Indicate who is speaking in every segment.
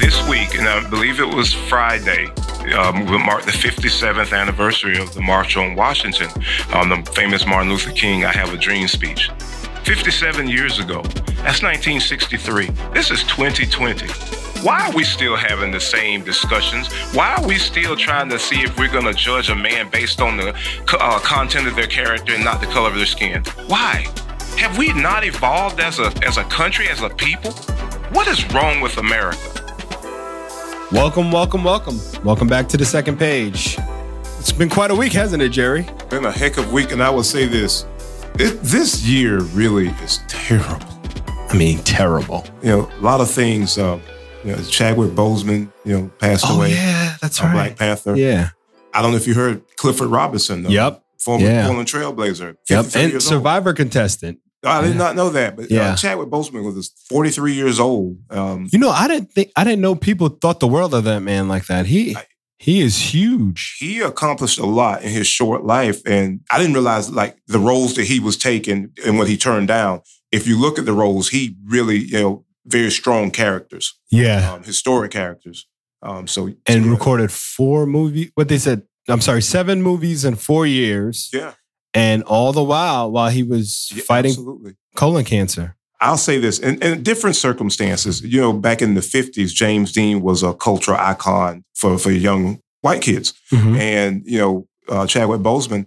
Speaker 1: this week, and I believe it was Friday, um, we marked the 57th anniversary of the March on Washington, um, the famous Martin Luther King I Have a Dream speech. 57 years ago, that's 1963. This is 2020. Why are we still having the same discussions? Why are we still trying to see if we're going to judge a man based on the uh, content of their character and not the color of their skin? Why? Have we not evolved as a as a country, as a people? What is wrong with America?
Speaker 2: Welcome, welcome, welcome. Welcome back to the second page. It's been quite a week, hasn't it, Jerry?
Speaker 3: Been a heck of a week, and I will say this: it, this year really is terrible.
Speaker 2: I mean, terrible.
Speaker 3: You know, a lot of things. Um, you know, Chadwick Boseman, you know, passed
Speaker 2: Oh,
Speaker 3: away.
Speaker 2: yeah, that's
Speaker 3: on
Speaker 2: right.
Speaker 3: Black Panther.
Speaker 2: Yeah.
Speaker 3: I don't know if you heard Clifford Robinson. Though,
Speaker 2: Yep.
Speaker 3: Former
Speaker 2: Yeah.
Speaker 3: Portland Trailblazer.
Speaker 2: Yep.
Speaker 3: 53
Speaker 2: And
Speaker 3: years old.
Speaker 2: survivor contestant.
Speaker 3: I did
Speaker 2: Yeah.
Speaker 3: not know that, but
Speaker 2: Yeah.
Speaker 3: uh, Chadwick Boseman was 43 years old. Um,
Speaker 2: You know, I didn't think I didn't know people thought the world of that man like that. He he is huge.
Speaker 3: he accomplished a lot in his short life, and I didn't realize like the roles that he was taking and what he turned down. If you look at the roles, he really you know very strong characters,
Speaker 2: Yeah.
Speaker 3: um, historic characters. Um, so
Speaker 2: And
Speaker 3: yeah,
Speaker 2: recorded four movie what they said, I'm sorry, seven movies in four years.
Speaker 3: yeah,
Speaker 2: And all the while while he was
Speaker 3: yeah,
Speaker 2: fighting
Speaker 3: absolutely.
Speaker 2: colon cancer.
Speaker 3: I'll say this in, in different circumstances. You know, back in the 50s, James Dean was a cultural icon for, for young white kids.
Speaker 2: Mm-hmm.
Speaker 3: And, you know, uh, Chadwick Boseman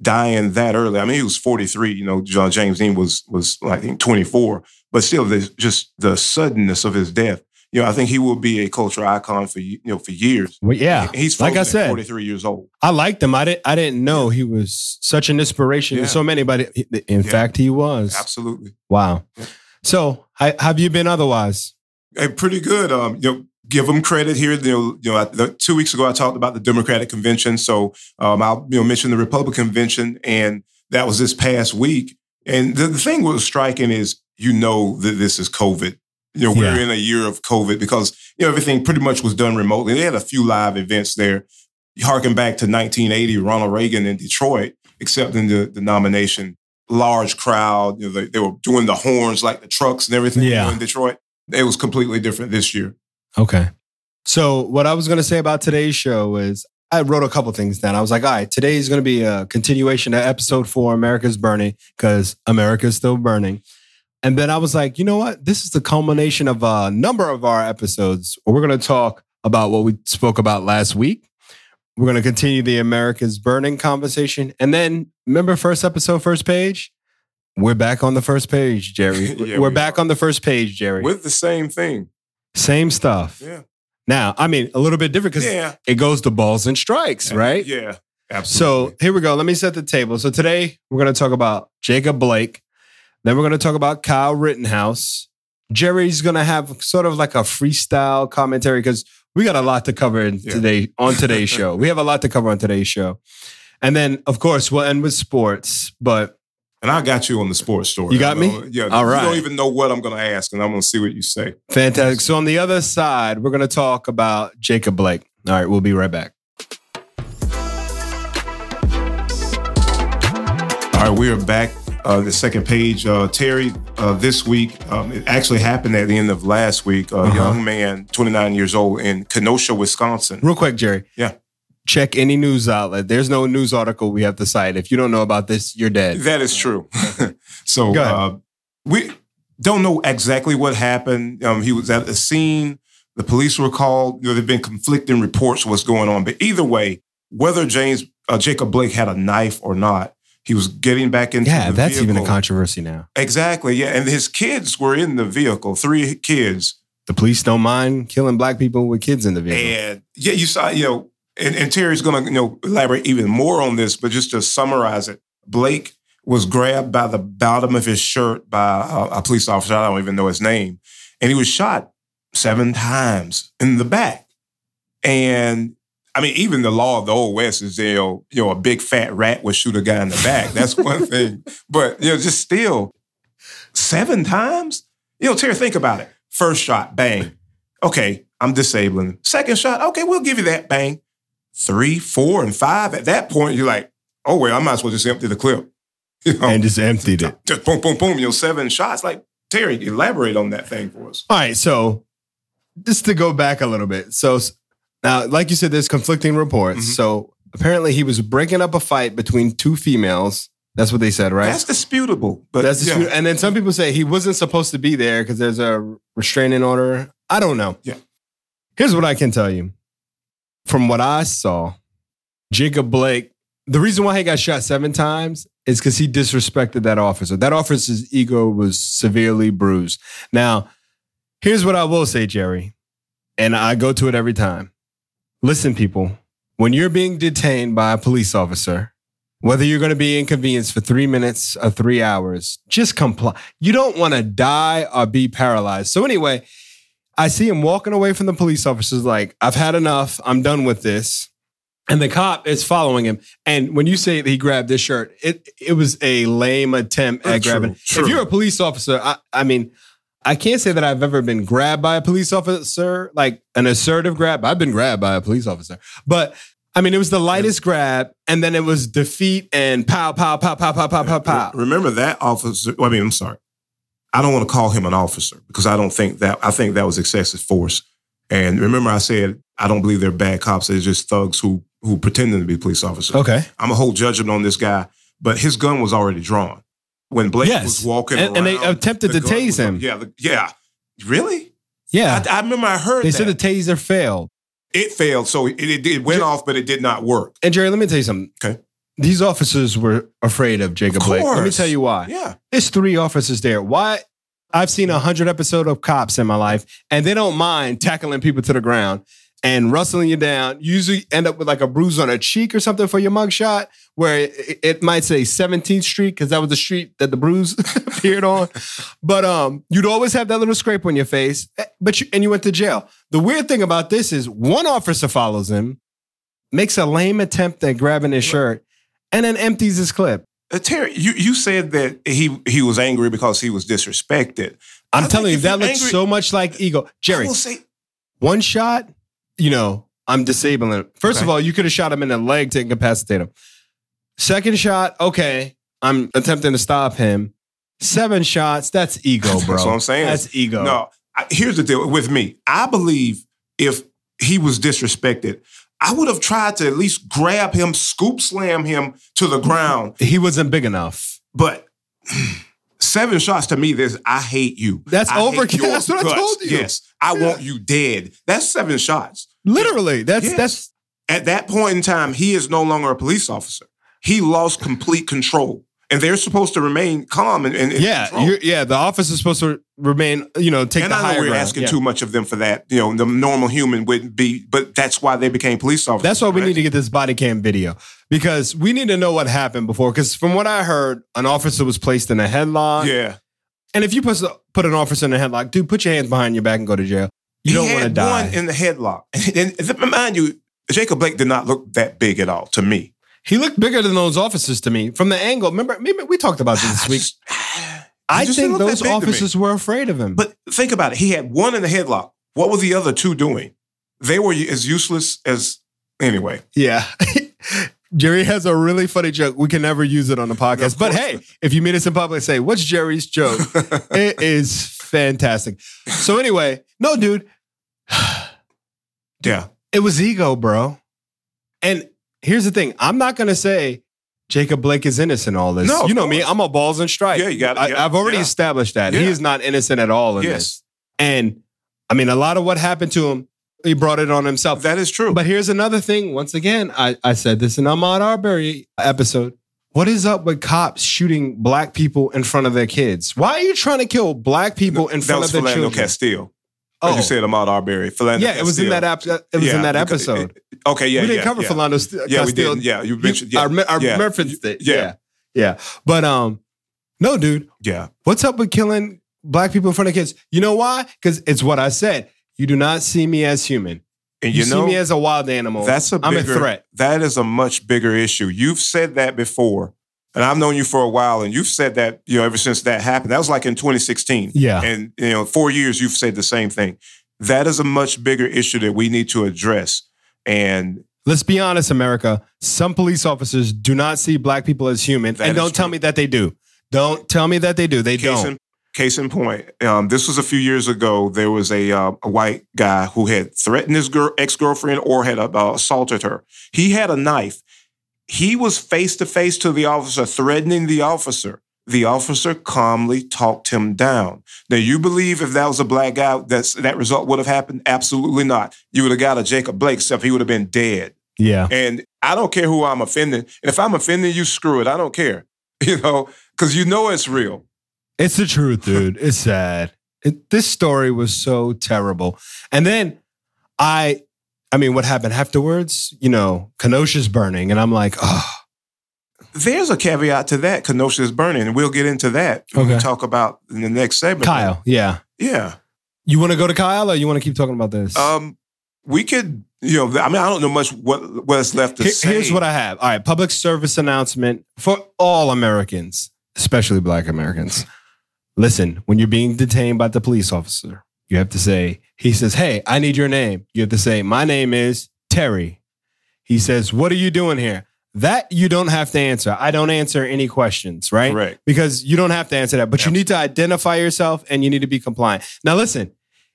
Speaker 3: dying that early. I mean, he was 43, you know, John James Dean was, was I think, 24, but still, there's just the suddenness of his death. You know, I think he will be a cultural icon for, you know, for years.
Speaker 2: Well, yeah.
Speaker 3: He's
Speaker 2: Like I
Speaker 3: frozen at
Speaker 2: said.
Speaker 3: 43 years old.
Speaker 2: I liked him. I didn't. I didn't know he was such an inspiration
Speaker 3: Yeah.
Speaker 2: to so many, but he- in
Speaker 3: Yeah.
Speaker 2: fact, he was.
Speaker 3: Absolutely.
Speaker 2: Wow.
Speaker 3: Yeah.
Speaker 2: So, hi, have you been otherwise?
Speaker 3: Hey, pretty good. Um, you know, give them credit here. You know, you know, I, the, two weeks ago I talked about the Democratic convention, so um, I'll you know mention the Republican convention, and that was this past week. And the, the thing that was striking is you know that this is COVID. You know, we're
Speaker 2: Yeah.
Speaker 3: in a year of COVID because you know everything pretty much was done remotely. They had a few live events there, harking back to 1980, Ronald Reagan in Detroit accepting the, the nomination. Large crowd, you know, they, they were doing the horns like the trucks and everything you know,
Speaker 2: Yeah.
Speaker 3: in Detroit it was completely different this year.
Speaker 2: Okay. So, what I was going to say about today's show is I wrote a couple things down. I was like, all right, today is going to be a continuation of episode four, America's Burning, because America's still burning. And then I was like, you know what? This is the culmination of a number of our episodes. We're going to talk about what we spoke about last week. We're going to continue the America's Burning conversation. And then remember, first episode, first page? We're back on the first page, Jerry.
Speaker 3: Yeah,
Speaker 2: We're
Speaker 3: we
Speaker 2: back
Speaker 3: are.
Speaker 2: on the first page, Jerry.
Speaker 3: With the same thing.
Speaker 2: Same stuff.
Speaker 3: Yeah.
Speaker 2: Now, I mean, a little bit different because
Speaker 3: Yeah.
Speaker 2: it goes to balls and strikes, right?
Speaker 3: Yeah.
Speaker 2: So
Speaker 3: Absolutely.
Speaker 2: here we go. Let me set the table. So today we're going to talk about Jacob Blake. Then we're going to talk about Kyle Rittenhouse. Jerry's going to have sort of like a freestyle commentary because we got a lot to cover in
Speaker 3: Yeah.
Speaker 2: today on today's show. We have a lot to cover on today's show. And then, of course, we'll end with sports, but
Speaker 3: and I got you on the sports story.
Speaker 2: You got me?
Speaker 3: Uh, Yeah.
Speaker 2: All
Speaker 3: You
Speaker 2: right.
Speaker 3: don't even know what I'm going to ask, and I'm going to see what you say.
Speaker 2: fantastic. So on the other side, we're going to talk about Jacob Blake. All right, we'll be right back.
Speaker 3: All right, we are back. Uh, the second page, uh, Terry. Uh, this week, um, it actually happened at the end of last week. A
Speaker 2: Uh-huh.
Speaker 3: young man, 29 years old, in Kenosha, Wisconsin.
Speaker 2: Real quick, Jerry.
Speaker 3: Yeah.
Speaker 2: Check any news outlet. There's no news article we have to cite. If you don't know about this, you're dead.
Speaker 3: That is true. so
Speaker 2: Go ahead.
Speaker 3: uh, we don't know exactly what happened. Um, he was at the scene. The police were called. You know, there've been conflicting reports of what's going on. But either way, whether James uh, Jacob Blake had a knife or not, he was getting back into
Speaker 2: Yeah,
Speaker 3: the
Speaker 2: that's even a
Speaker 3: vehicle.
Speaker 2: controversy now.
Speaker 3: exactly. Yeah, and his kids were in the vehicle. Three kids.
Speaker 2: The police don't mind killing black people with kids in the vehicle.
Speaker 3: And yeah, you saw, you know, and, and Terry's going to, you know, elaborate even more on this, but just to summarize it, Blake was grabbed by the bottom of his shirt by a, a police officer. I don't even know his name. And he was shot seven times in the back. And I mean, even the law of the old West is, you know, you know, a big fat rat would shoot a guy in the back. That's one thing. But, you know, just still, seven times? You know, Terry, think about it. First shot, bang okay, I'm disabling him. Second shot, okay, we'll give you that bang. Three, four, and five. At that point, you're like, oh well, I might as well just empty the clip. You know,
Speaker 2: And just emptied it.
Speaker 3: just boom, boom, boom. You know, seven shots. Like Terry, elaborate on that thing for us.
Speaker 2: All right, so just to go back a little bit. So s- now, like you said, there's conflicting reports.
Speaker 3: Mhm.
Speaker 2: So apparently, he was breaking up a fight between two females. That's what they said, right?
Speaker 3: That's disputable. But
Speaker 2: That's the
Speaker 3: yeah.
Speaker 2: screw- and then some people say he wasn't supposed to be there because there's a restraining order. I don't know.
Speaker 3: Yeah.
Speaker 2: Here's what I can tell you. From what I saw, Jacob Blake, the reason why he got shot seven times is because he disrespected that officer. That officer's ego was severely bruised. Now, here's what I will say, Jerry, and I go to it every time. Listen, people, when you're being detained by a police officer, whether you're going to be inconvenienced for three minutes or three hours, just comply. You don't want to die or be paralyzed. So, anyway, I see him walking away from the police officers, like, I've had enough. I'm done with this. And the cop is following him. And when you say that he grabbed this shirt, it, it was a lame attempt
Speaker 3: Uh,
Speaker 2: at
Speaker 3: true,
Speaker 2: grabbing.
Speaker 3: true.
Speaker 2: If you're a police officer, I, I mean, I can't say that I've ever been grabbed by a police officer, like an assertive grab. I've been grabbed by a police officer, but I mean, it was the lightest grab, and then it was defeat and pow, pow, pow, pow, pow, pow, pow, pow.
Speaker 3: Remember that officer. well, I mean, I'm sorry. I don't want to call him an officer because I don't think that I think that was excessive force. And remember, I said I don't believe they're bad cops. They're just thugs who who pretending to be police officers.
Speaker 2: Okay.
Speaker 3: I'm a whole judgment on this guy, but his gun was already drawn when Blake
Speaker 2: Yes.
Speaker 3: was walking
Speaker 2: And- and they
Speaker 3: around,
Speaker 2: attempted to
Speaker 3: the gun
Speaker 2: tase
Speaker 3: was-
Speaker 2: him.
Speaker 3: Yeah, the, yeah. Really?
Speaker 2: Yeah.
Speaker 3: I, I remember I heard
Speaker 2: they
Speaker 3: that.
Speaker 2: said the taser failed.
Speaker 3: it failed, so it, it, it went
Speaker 2: Ju-
Speaker 3: off, but it did not work.
Speaker 2: And Jerry, let me tell you something.
Speaker 3: Okay.
Speaker 2: These officers were afraid of Jacob
Speaker 3: Of
Speaker 2: Blake. Let me
Speaker 3: course.
Speaker 2: tell you why.
Speaker 3: Yeah,
Speaker 2: There's three officers there. Why? I've seen a hundred episode of cops in my life, and they don't mind tackling people to the ground and rustling you down. You usually end up with like a bruise on a cheek or something for your mugshot, where it, it might say 17th Street because that was the street that the bruise appeared on. But um, you'd always have that little scrape on your face. eh, But you, and you went to jail. The weird thing about this is one officer follows him, makes a lame attempt at grabbing his shirt, and then empties his clip.
Speaker 3: Uh, Terry, you, you said that he he was angry because he was disrespected. I
Speaker 2: I'm
Speaker 3: think
Speaker 2: telling you,
Speaker 3: if
Speaker 2: that
Speaker 3: you're
Speaker 2: looks
Speaker 3: angry-
Speaker 2: so much like ego. Jerry,
Speaker 3: I will say,
Speaker 2: one shot, you know, I'm disabling him. First of
Speaker 3: Okay.
Speaker 2: all, you could have shot him in the leg to incapacitate him. Second shot, okay, I'm attempting to stop him. Seven shots, that's ego,
Speaker 3: That's
Speaker 2: bro.
Speaker 3: what I'm saying.
Speaker 2: That's ego.
Speaker 3: No, I, here's the deal with me. I believe if he was disrespected, I would have tried to at least grab him, scoop slam him to the ground.
Speaker 2: He wasn't big enough.
Speaker 3: But seven shots to me, this I hate you.
Speaker 2: That's
Speaker 3: I hate
Speaker 2: overkill.
Speaker 3: your
Speaker 2: That's what I
Speaker 3: guts.
Speaker 2: told you.
Speaker 3: Yes, I want you dead. That's seven shots.
Speaker 2: Literally, that's
Speaker 3: Yes.
Speaker 2: that's
Speaker 3: At that point in time, he is no longer a police officer. He lost complete control. And they're supposed to remain calm and, and and
Speaker 2: yeah,
Speaker 3: controlled.
Speaker 2: you're, yeah. The officer's supposed to remain, you know, take
Speaker 3: and
Speaker 2: the
Speaker 3: I know
Speaker 2: higher
Speaker 3: we're
Speaker 2: ground.
Speaker 3: asking
Speaker 2: Yeah.
Speaker 3: too much of them for that. You know, the normal human wouldn't be, but that's why they became police officers.
Speaker 2: That's why we
Speaker 3: right?
Speaker 2: need to get this body cam video because we need to know what happened before. Because from what I heard, an officer was placed in a headlock.
Speaker 3: Yeah,
Speaker 2: And if you put, put an officer in a headlock, dude, put your hands behind your back and go to jail. You
Speaker 3: He
Speaker 2: don't want to
Speaker 3: had
Speaker 2: die.
Speaker 3: One in the headlock, and th- mind you, Jacob Blake did not look that big at all to me.
Speaker 2: he looked bigger than those officers to me from the angle. Remember, maybe we talked about this this week. I
Speaker 3: just
Speaker 2: think
Speaker 3: didn't look that
Speaker 2: those
Speaker 3: big to me.
Speaker 2: officers were afraid of him.
Speaker 3: But think about it. He had one in the headlock. What were the other two doing? They were as useless as anyway.
Speaker 2: yeah. Jerry has a really funny joke. We can never use it on the podcast.
Speaker 3: Of
Speaker 2: But
Speaker 3: course.
Speaker 2: hey, if you meet us in public, say, What's Jerry's joke? it is fantastic. So, anyway, no, dude,
Speaker 3: yeah,
Speaker 2: It was ego, bro. And here's the thing: I'm not gonna say Jacob Blake is innocent in all this.
Speaker 3: No, of
Speaker 2: you know me.
Speaker 3: course.
Speaker 2: I'm a balls and strike.
Speaker 3: Yeah, you got it.
Speaker 2: I,
Speaker 3: Yeah,
Speaker 2: I've already
Speaker 3: yeah.
Speaker 2: established that he
Speaker 3: Yeah.
Speaker 2: is not innocent at all in this.
Speaker 3: yes,
Speaker 2: And I mean, a lot of what happened to him, he brought it on himself.
Speaker 3: that is true.
Speaker 2: But here's another thing. Once again, I, I said this in Ahmad Arbery episode. What is up with cops shooting black people in front of their kids? Why are you trying to kill black people in
Speaker 3: that
Speaker 2: front
Speaker 3: was
Speaker 2: of their
Speaker 3: Philando
Speaker 2: children?
Speaker 3: Castile. Oh. You said Ahmad Arbery. Philando
Speaker 2: yeah, it was in
Speaker 3: Castile.
Speaker 2: that ep- it was
Speaker 3: Yeah,
Speaker 2: in that
Speaker 3: because it-
Speaker 2: episode.
Speaker 3: Okay, yeah,
Speaker 2: we didn't
Speaker 3: yeah,
Speaker 2: cover
Speaker 3: yeah.
Speaker 2: Philando St-
Speaker 3: Yeah, we
Speaker 2: Castile.
Speaker 3: did. Yeah, you
Speaker 2: You-
Speaker 3: mentioned. Yeah,
Speaker 2: I, re- I
Speaker 3: yeah.
Speaker 2: referenced it. Yeah.
Speaker 3: yeah.
Speaker 2: yeah. But um, no, dude,
Speaker 3: yeah.
Speaker 2: what's up with killing black people in front of kids? You know why? Because it's what I said. You do not see me as human.
Speaker 3: And
Speaker 2: You,
Speaker 3: you, know,
Speaker 2: see me as a wild animal.
Speaker 3: that's a
Speaker 2: I'm
Speaker 3: bigger,
Speaker 2: a threat.
Speaker 3: That is a much bigger issue. You've said that before, and I've known you for a while, and you've said that you know ever since that happened. That was like in 2016,
Speaker 2: Yeah.
Speaker 3: and you know four years you've said the same thing. That is a much bigger issue that we need to address. And
Speaker 2: Let's be honest, America. Some police officers do not see black people as human,
Speaker 3: That
Speaker 2: and
Speaker 3: is
Speaker 2: don't tell
Speaker 3: true.
Speaker 2: me that they do. Don't tell me that they do. They
Speaker 3: case
Speaker 2: don't.
Speaker 3: in, Case in point, um, this was a few years ago. There was a, uh, a white guy who had threatened his girl, ex girlfriend or had uh, assaulted her. He had a knife. He was face to face to the officer, threatening the officer. The officer calmly talked him down. Now, you believe if that was a black guy, that's, that result would have happened? Absolutely not. You would have got a Jacob Blake, except he would have been dead.
Speaker 2: Yeah.
Speaker 3: And I don't care who I'm offending. And if I'm offending you, screw it. I don't care. You know, because you know it's real.
Speaker 2: It's the truth, dude. It's sad. It, this story was so terrible. And then I, I mean, what happened afterwards? You know, Kenosha's burning, and I'm like, oh,
Speaker 3: There's a caveat to that. Kenosha is burning, and we'll get into that when we
Speaker 2: Okay.
Speaker 3: talk about in the next segment.
Speaker 2: Kyle. Yeah.
Speaker 3: Yeah.
Speaker 2: You want to go to Kyle, or you want to keep talking about this?
Speaker 3: Um, we could, you know, I mean, I don't know much what what's left to
Speaker 2: Here-
Speaker 3: say.
Speaker 2: Here's what I have. All right, public service announcement for all Americans, especially Black Americans. Listen, when you're being detained by the police officer, you have to say, he says, Hey, I need your name. You have to say, My name is Terry. He says, What are you doing here? That you don't have to answer. I don't answer any questions, right?
Speaker 3: Correct.
Speaker 2: because you don't have to answer that, but you
Speaker 3: Yeah.
Speaker 2: need to identify yourself and you need to be compliant. Now, listen,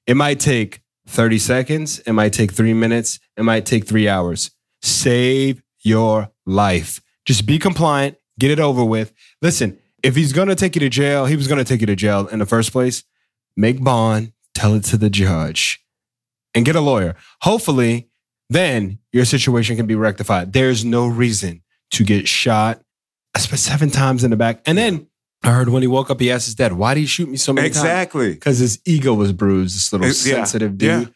Speaker 2: it might take 30 seconds, it might take three minutes, it might take three hours. Save your life. Just be compliant, get it over with. Listen, if he's gonna take you to jail, he was gonna take you to jail in the first place. Make bond, tell it to the judge, and get a lawyer. Hopefully, then your situation can be rectified. There's no reason to get shot I spent seven times in the back. And then I heard when he woke up, he asked his dad, why did he shoot me so many times?
Speaker 3: Exactly.
Speaker 2: Because his ego was bruised, this little
Speaker 3: It's- yeah,
Speaker 2: sensitive
Speaker 3: yeah.
Speaker 2: dude.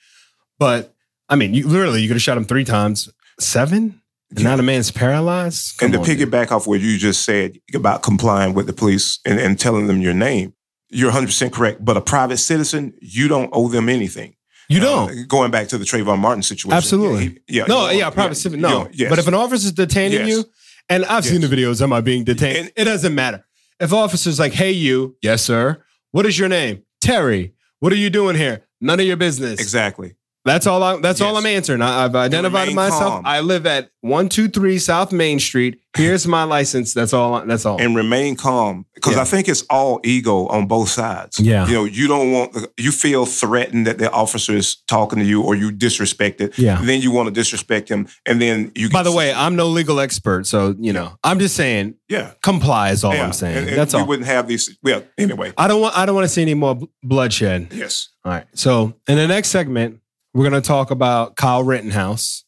Speaker 2: But I mean, you literally you could have shot him three times. Seven? And now the man's paralyzed. Come
Speaker 3: and to
Speaker 2: on, dude.
Speaker 3: piggyback off what you just said about complying with the police and, and telling them your name, you're 100% correct. But a private citizen, you don't owe them anything.
Speaker 2: you
Speaker 3: Uh,
Speaker 2: don't.
Speaker 3: going back to the Trayvon Martin situation.
Speaker 2: Absolutely.
Speaker 3: Yeah. he- yeah
Speaker 2: no,
Speaker 3: you-
Speaker 2: yeah, private citizen.
Speaker 3: you-
Speaker 2: No.
Speaker 3: yes.
Speaker 2: But if an officer's detaining
Speaker 3: Yes.
Speaker 2: you, and I've seen the
Speaker 3: Yes.
Speaker 2: videos, am I being detained?
Speaker 3: And-
Speaker 2: it doesn't matter. If officer's like, hey, you, yes, sir. What is your name? Terry. What are you doing here? None of your business.
Speaker 3: exactly.
Speaker 2: That's all. I, that's all
Speaker 3: Yes.
Speaker 2: I'm answering. I, I've identified
Speaker 3: remain
Speaker 2: myself.
Speaker 3: calm.
Speaker 2: I live at one two three South Main Street. Here's my license. That's all. I- That's all.
Speaker 3: And remain calm because
Speaker 2: Yeah.
Speaker 3: I think it's all ego on both sides.
Speaker 2: Yeah.
Speaker 3: You know, you don't want, you feel threatened that the officer is talking to you or you disrespect it.
Speaker 2: Yeah.
Speaker 3: Then you want to disrespect him. And then you
Speaker 2: By the way, I'm no legal expert, so you know. I'm just saying,
Speaker 3: yeah.
Speaker 2: comply is all
Speaker 3: yeah.
Speaker 2: I'm saying.
Speaker 3: And- and
Speaker 2: that's
Speaker 3: we
Speaker 2: all.
Speaker 3: wouldn't have these. Yeah. Anyway.
Speaker 2: I don't want. I don't want to see any more bl- bloodshed.
Speaker 3: Yes.
Speaker 2: All right. So in the next segment, we're going to talk about Kyle Rittenhouse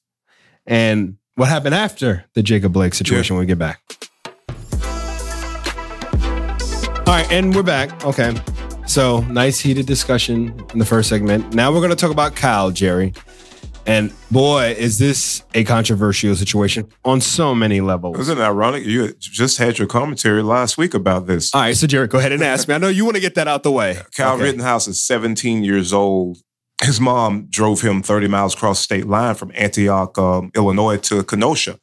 Speaker 2: and what happened after the Jacob Blake situation when we get back. All right, and we're back. Okay. So nice heated discussion in the first segment. Now we're going to talk about Kyle, Jerry. And boy, is this a controversial situation on so many levels.
Speaker 3: Isn't it ironic? You had just had your commentary last week about this.
Speaker 2: All right, so Jerry, go ahead and ask me. I know you want to get that out the way.
Speaker 3: Kyle
Speaker 2: Okay.
Speaker 3: Rittenhouse is 17 years old. His mom drove him 30 miles across state line from Antioch, um, Illinois to Kenosha.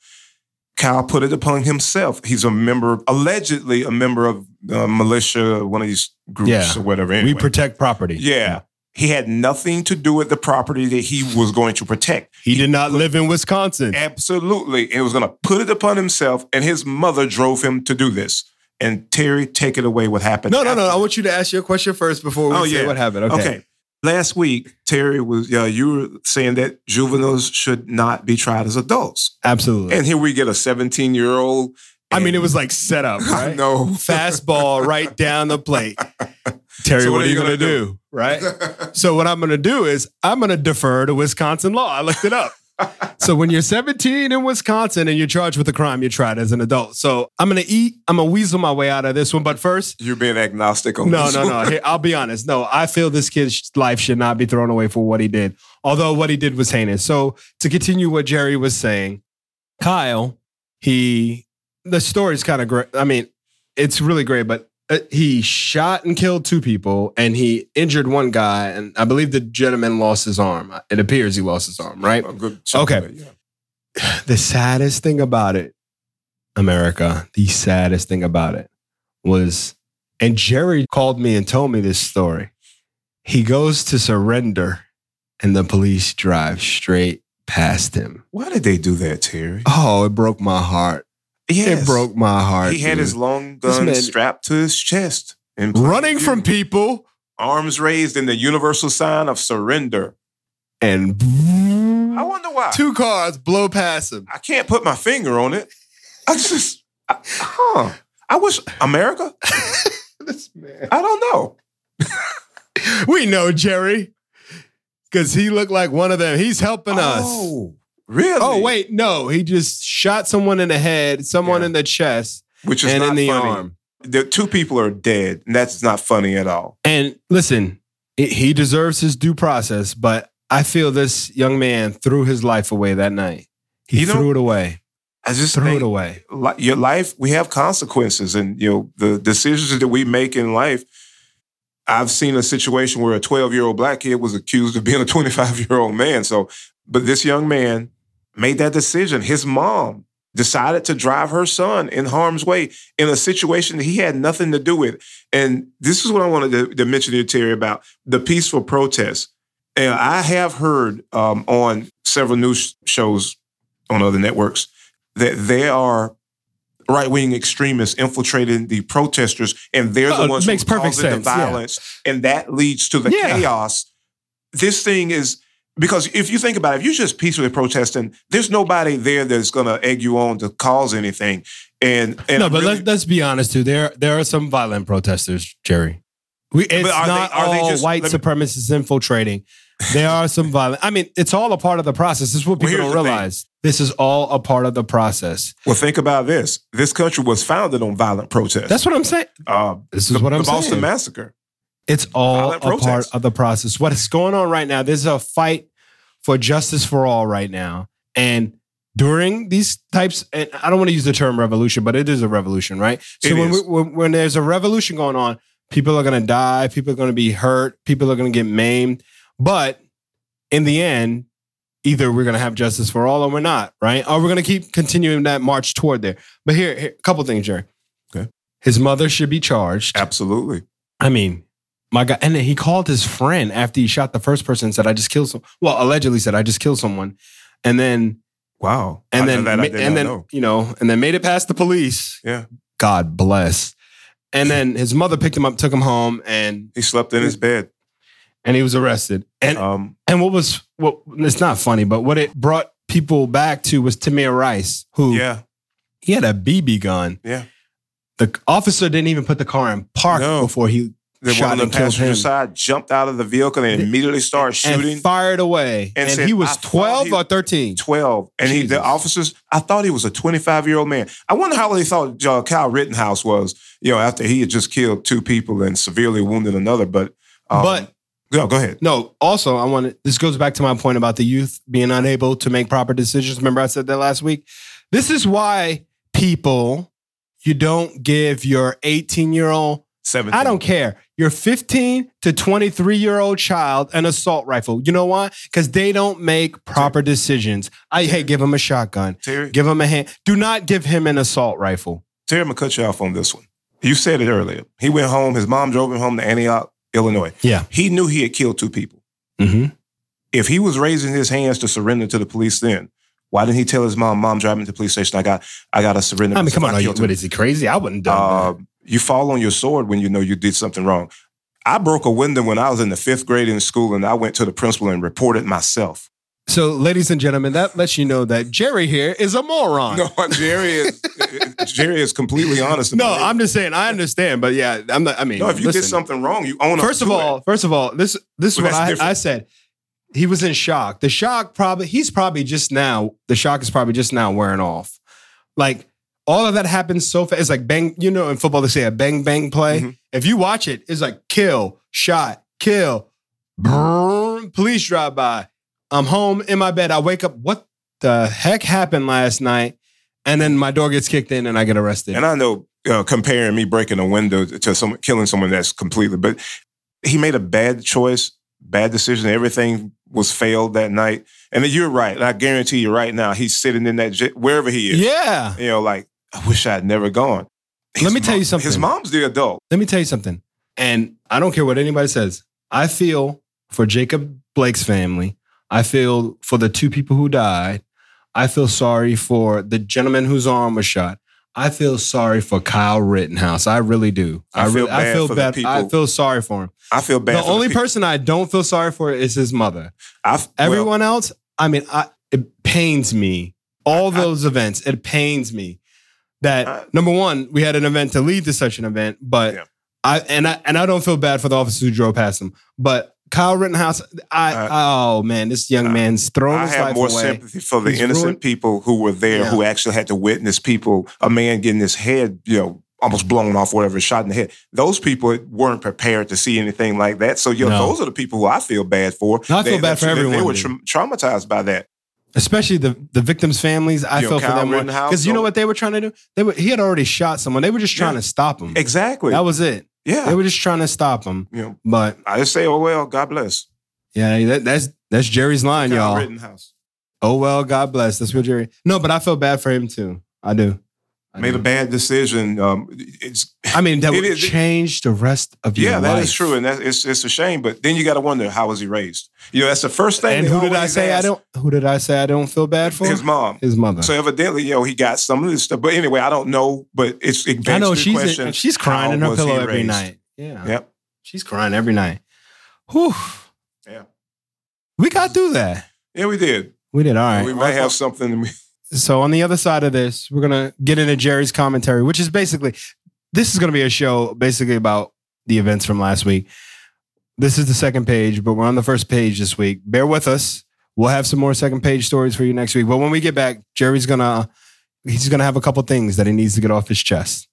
Speaker 3: Kyle put it upon himself. He's a member, allegedly a member of uh, militia, one of these groups
Speaker 2: Yeah.
Speaker 3: or whatever.
Speaker 2: We
Speaker 3: Anyway.
Speaker 2: protect property.
Speaker 3: yeah. He had nothing to do with the property that he was going to protect.
Speaker 2: He did not live in Wisconsin.
Speaker 3: Absolutely. And he was going to put it upon himself, and his mother drove him to do this. And Terry, take it away what happened.
Speaker 2: No, no, no.
Speaker 3: after
Speaker 2: I want you to ask your question first before we
Speaker 3: Oh,
Speaker 2: say
Speaker 3: yeah.
Speaker 2: what happened. Okay.
Speaker 3: Okay. Last week, Terry was, uh, you were saying that juveniles should not be tried as adults.
Speaker 2: Absolutely.
Speaker 3: And here we get a 17 year old.
Speaker 2: I mean, it was like set up, right?
Speaker 3: No.
Speaker 2: Fastball right down the plate. Terry,
Speaker 3: So
Speaker 2: what, are you going to do? Right? so, what I'm going to do is I'm going to defer to Wisconsin law. I looked it up. so, when you're 17 in Wisconsin and you're charged with a crime, you're tried as an adult. So, I'm going to eat, I'm going to weasel my way out of this one. But first,
Speaker 3: You're being agnostic on
Speaker 2: No,
Speaker 3: this
Speaker 2: no,
Speaker 3: one.
Speaker 2: no. Here, I'll be honest. No, I feel this kid's life should not be thrown away for what he did, although what he did was heinous. So to continue what Jerry was saying, Kyle, he, the story's kind of great. I mean, it's really great, but uh, he shot and killed two people and he injured one guy. And I believe the gentleman lost his arm. It appears he lost his arm, right?
Speaker 3: A good chunk of
Speaker 2: Okay.
Speaker 3: it, yeah.
Speaker 2: the saddest thing about it, America, the saddest thing about it was, and Jerry called me and told me this story. He goes to surrender, and the police drive straight past him.
Speaker 3: Why did they do that, Terry?
Speaker 2: Oh, it broke my heart.
Speaker 3: Yes.
Speaker 2: It broke my heart.
Speaker 3: He had
Speaker 2: dude.
Speaker 3: his long
Speaker 2: This
Speaker 3: gun
Speaker 2: man-
Speaker 3: strapped to his chest. in plain
Speaker 2: running
Speaker 3: view,
Speaker 2: from people
Speaker 3: arms raised in the universal sign of surrender.
Speaker 2: and Mm-hmm.
Speaker 3: I wonder why.
Speaker 2: two cars blow past him.
Speaker 3: I can't put my finger on it. I just, I, huh? I wish America.
Speaker 2: This man.
Speaker 3: I don't know.
Speaker 2: We know Jerry because he looked like one of them. He's helping us.
Speaker 3: Oh, really?
Speaker 2: Oh wait, no, he just shot someone in the head, someone
Speaker 3: Yeah.
Speaker 2: in the chest,
Speaker 3: Which is
Speaker 2: and
Speaker 3: not
Speaker 2: in the
Speaker 3: funny.
Speaker 2: arm.
Speaker 3: The two people are dead, and that's not funny at all.
Speaker 2: And listen, it, he deserves his due process, but I feel this young man threw his life away that night. He
Speaker 3: You know-
Speaker 2: threw it away.
Speaker 3: I just
Speaker 2: Threw
Speaker 3: think
Speaker 2: it away.
Speaker 3: li- your life we have consequences and you know the decisions that we make in life i've seen a situation where a 12 year old black kid was accused of being a 25 year old man so but this young man made that decision his mom decided to drive her son in harm's way in a situation that he had nothing to do with and this is what i wanted to, to mention to you terry about the peaceful protest and i have heard um, on several news shows on other networks that there are right wing extremists infiltrating the protesters, and they're the
Speaker 2: Oh,
Speaker 3: ones
Speaker 2: makes
Speaker 3: who are
Speaker 2: perfect
Speaker 3: causing
Speaker 2: sense,
Speaker 3: the
Speaker 2: yeah.
Speaker 3: violence, and that leads to the
Speaker 2: Yeah.
Speaker 3: chaos. This thing is because if you think about it, if you're just peacefully protesting, there's nobody there that's going to egg you on to cause anything. And, and
Speaker 2: no, but
Speaker 3: really-
Speaker 2: let's, let's be honest too. There there are some violent protesters, Jerry. We, it's
Speaker 3: are they-
Speaker 2: not
Speaker 3: are they
Speaker 2: all
Speaker 3: just-
Speaker 2: white
Speaker 3: let me-
Speaker 2: supremacists infiltrating. There are some violent. I mean, it's all a part of the process. This is what
Speaker 3: Well,
Speaker 2: people
Speaker 3: here's
Speaker 2: don't
Speaker 3: the thing.
Speaker 2: realize. This is all a part of the process.
Speaker 3: well, think about this: this country was founded on violent protests.
Speaker 2: That's what I'm saying.
Speaker 3: uh,
Speaker 2: This is
Speaker 3: the,
Speaker 2: what I'm
Speaker 3: the Boston
Speaker 2: saying.
Speaker 3: massacre.
Speaker 2: It's all a
Speaker 3: Violent protest.
Speaker 2: part of the process. What is going on right now? There's a fight for justice for all right now, and during these types, and I don't want to use the term revolution, but it is a revolution, right? So
Speaker 3: It
Speaker 2: when,
Speaker 3: is.
Speaker 2: We, when when there's a revolution going on, people are going to die, people are going to be hurt, people are going to get maimed, but in the end, either we're going to have justice for all or we're not, right? Or we're going to keep continuing that march toward there. But here, here a couple things, Jerry.
Speaker 3: Okay.
Speaker 2: His mother should be charged.
Speaker 3: Absolutely.
Speaker 2: I mean, my God. And then he called his friend after he shot the first person and said, I just killed some. Well, allegedly said, I just killed someone. And then,
Speaker 3: Wow.
Speaker 2: and
Speaker 3: I-
Speaker 2: then,
Speaker 3: that I did
Speaker 2: and
Speaker 3: not
Speaker 2: then,
Speaker 3: know.
Speaker 2: you know, and then made it past the police.
Speaker 3: Yeah.
Speaker 2: God bless. And then his mother picked him up, took him home, and
Speaker 3: he slept in his bed.
Speaker 2: and he was arrested. And
Speaker 3: Um,
Speaker 2: and what was what? It's not funny, but what it brought people back to was Tamir Rice, who
Speaker 3: yeah.
Speaker 2: he had a BB gun.
Speaker 3: Yeah.
Speaker 2: The officer didn't even put the car in park
Speaker 3: No.
Speaker 2: before he
Speaker 3: The
Speaker 2: Shot
Speaker 3: one on
Speaker 2: and
Speaker 3: the
Speaker 2: killed him.
Speaker 3: passenger side jumped out of the vehicle and
Speaker 2: The-
Speaker 3: immediately started shooting.
Speaker 2: and fired away. And,
Speaker 3: and said,
Speaker 2: he
Speaker 3: "I
Speaker 2: was
Speaker 3: thought
Speaker 2: 12
Speaker 3: he-
Speaker 2: or 13.
Speaker 3: 12. And he,
Speaker 2: Jesus.
Speaker 3: the officers, I thought he was a 25 year old man. I wonder how they thought uh, Kyle Rittenhouse was, you know, after he had just killed two people and severely wounded another. But, um,
Speaker 2: But-
Speaker 3: no, go ahead.
Speaker 2: No, also, I want to, this goes back to my point about the youth being unable to make proper decisions. Remember, I said that last week? This is why people, you don't give your 18 year old,
Speaker 3: 17.
Speaker 2: I don't care, your 15 to 23 year old child an assault rifle. You know why? Because they don't make proper decisions. I, hey, give him a shotgun,
Speaker 3: Terry,
Speaker 2: give him a hand. Do not give him an assault rifle.
Speaker 3: Terry, I'm going to cut you off on this one. You said it earlier. He went home. His mom drove him home to Antioch, Illinois.
Speaker 2: Yeah.
Speaker 3: He knew he had killed two people.
Speaker 2: Mm-hmm.
Speaker 3: if he was raising his hands to surrender to the police then, why didn't he tell his mom, mom, drive me to the police station? I got I gotta surrender.
Speaker 2: I mean,
Speaker 3: myself.
Speaker 2: come on, are you,
Speaker 3: killed him."
Speaker 2: what is he crazy? I wouldn't do
Speaker 3: Uh, you fall on your sword when you know you did something wrong. I broke a window when I was in the fifth grade in school and I went to the principal and reported myself.
Speaker 2: So, ladies and gentlemen, that lets you know that Jerry here is a moron.
Speaker 3: No, Jerry is uh, Jerry is completely honest.
Speaker 2: No,
Speaker 3: about it.
Speaker 2: I'm just saying. I understand, but yeah, I'm not. I mean,
Speaker 3: no, if you
Speaker 2: listen,
Speaker 3: did something wrong, you own up
Speaker 2: First of
Speaker 3: to it.
Speaker 2: all, first of all, this this
Speaker 3: Well,
Speaker 2: is
Speaker 3: that's
Speaker 2: what I, I
Speaker 3: different.
Speaker 2: said. He was in shock. The shock probably he's probably just now. The shock is probably just now wearing off. Like all of that happens so fast. It's like bang. You know, in football they say a bang bang play.
Speaker 3: Mhm.
Speaker 2: If you watch it, it's like kill, shot, kill, brrrr, police drive by. I'm home in my bed. I wake up. What the heck happened last night? And then my door gets kicked in, and I get arrested.
Speaker 3: And I know uh, comparing me breaking a window to someone killing someone that's completely, but he made a bad choice, bad decision. Everything was failed that night. And you're right. And I guarantee you right now, he's sitting in that, j- wherever he is,
Speaker 2: yeah.
Speaker 3: you know, like, I wish I had never gone.
Speaker 2: Let me tell you something.
Speaker 3: His mom's the adult.
Speaker 2: Let me tell you something. And I don't care what anybody says. I feel for Jacob Blake's family. I feel for the two people who died. I feel sorry for the gentleman whose arm was shot. I feel sorry for Kyle Rittenhouse. I really do.
Speaker 3: I feel
Speaker 2: really, I
Speaker 3: bad
Speaker 2: feel
Speaker 3: for the
Speaker 2: bad. I
Speaker 3: people.
Speaker 2: feel sorry for him.
Speaker 3: I feel bad.
Speaker 2: the
Speaker 3: for
Speaker 2: only
Speaker 3: people.
Speaker 2: person I don't feel sorry for is his mother.
Speaker 3: I f- well,
Speaker 2: Everyone else, I mean, I, it pains me. All those events, it pains me that
Speaker 3: I-
Speaker 2: number one, we had an event to lead to such an event, but
Speaker 3: Yeah.
Speaker 2: I and I and I don't feel bad for the officers who drove past him, but Kyle Rittenhouse, I oh man, this young
Speaker 3: I-
Speaker 2: man's thrown
Speaker 3: I
Speaker 2: his
Speaker 3: have
Speaker 2: life
Speaker 3: more
Speaker 2: away.
Speaker 3: sympathy for the
Speaker 2: He's
Speaker 3: innocent
Speaker 2: ruined-
Speaker 3: people who were there,
Speaker 2: Yeah.
Speaker 3: who actually had to witness people, a man getting his head, you know, almost blown off, whatever, shot in the head. Those people weren't prepared to see anything like that. So, you know,
Speaker 2: No.
Speaker 3: those are the people who I feel bad for.
Speaker 2: No, I feel bad for
Speaker 3: They
Speaker 2: everyone,
Speaker 3: were
Speaker 2: dude.
Speaker 3: tra- traumatized by that.
Speaker 2: Especially the the victims' families, I
Speaker 3: Yo,
Speaker 2: felt for
Speaker 3: Kyle
Speaker 2: them
Speaker 3: Rittenhouse,
Speaker 2: because you know
Speaker 3: though.
Speaker 2: what they were trying to do. They were, he had already shot someone. They were just trying
Speaker 3: Yeah.
Speaker 2: to stop him.
Speaker 3: Exactly.
Speaker 2: That was it.
Speaker 3: yeah.
Speaker 2: They were just trying to stop him.
Speaker 3: you know,
Speaker 2: But
Speaker 3: I just say, oh, well, God bless.
Speaker 2: yeah, that, that's that's Jerry's line,
Speaker 3: Kyle
Speaker 2: y'all.
Speaker 3: Rittenhouse.
Speaker 2: Oh well, God bless. That's what Jerry. No, but I feel bad for him too. I do. I,
Speaker 3: Made
Speaker 2: do.
Speaker 3: a bad decision. Um, it's
Speaker 2: I mean, that
Speaker 3: It
Speaker 2: would
Speaker 3: is-
Speaker 2: change the rest of your
Speaker 3: yeah,
Speaker 2: life.
Speaker 3: that is true, and that, it's it's a shame. But then you got to wonder how was he raised. You know, that's the first thing.
Speaker 2: And
Speaker 3: they
Speaker 2: who did I
Speaker 3: always
Speaker 2: say I
Speaker 3: ask
Speaker 2: don't? Who did I say I don't feel bad for?
Speaker 3: His mom.
Speaker 2: His mother.
Speaker 3: So evidently, yo, he got some of this stuff. But anyway, I don't know. But it's it begs
Speaker 2: I know
Speaker 3: the
Speaker 2: she's
Speaker 3: question,
Speaker 2: in, she's crying
Speaker 3: how
Speaker 2: in her
Speaker 3: was he
Speaker 2: pillow every
Speaker 3: raised?
Speaker 2: night. Yeah,
Speaker 3: Yep.
Speaker 2: she's crying every night. Whew.
Speaker 3: Yeah.
Speaker 2: We got through that.
Speaker 3: Yeah, we did.
Speaker 2: We did all right.
Speaker 3: We might have something.
Speaker 2: So on the other side of this, we're gonna get into Jerry's commentary, which is basically this is gonna be a show basically about the events from last week. This is the second page, but we're on the first page this week. Bear with us. We'll have some more second page stories for you next week. But when we get back, Jerry's gonna he's gonna have a couple things that he needs to get off his chest.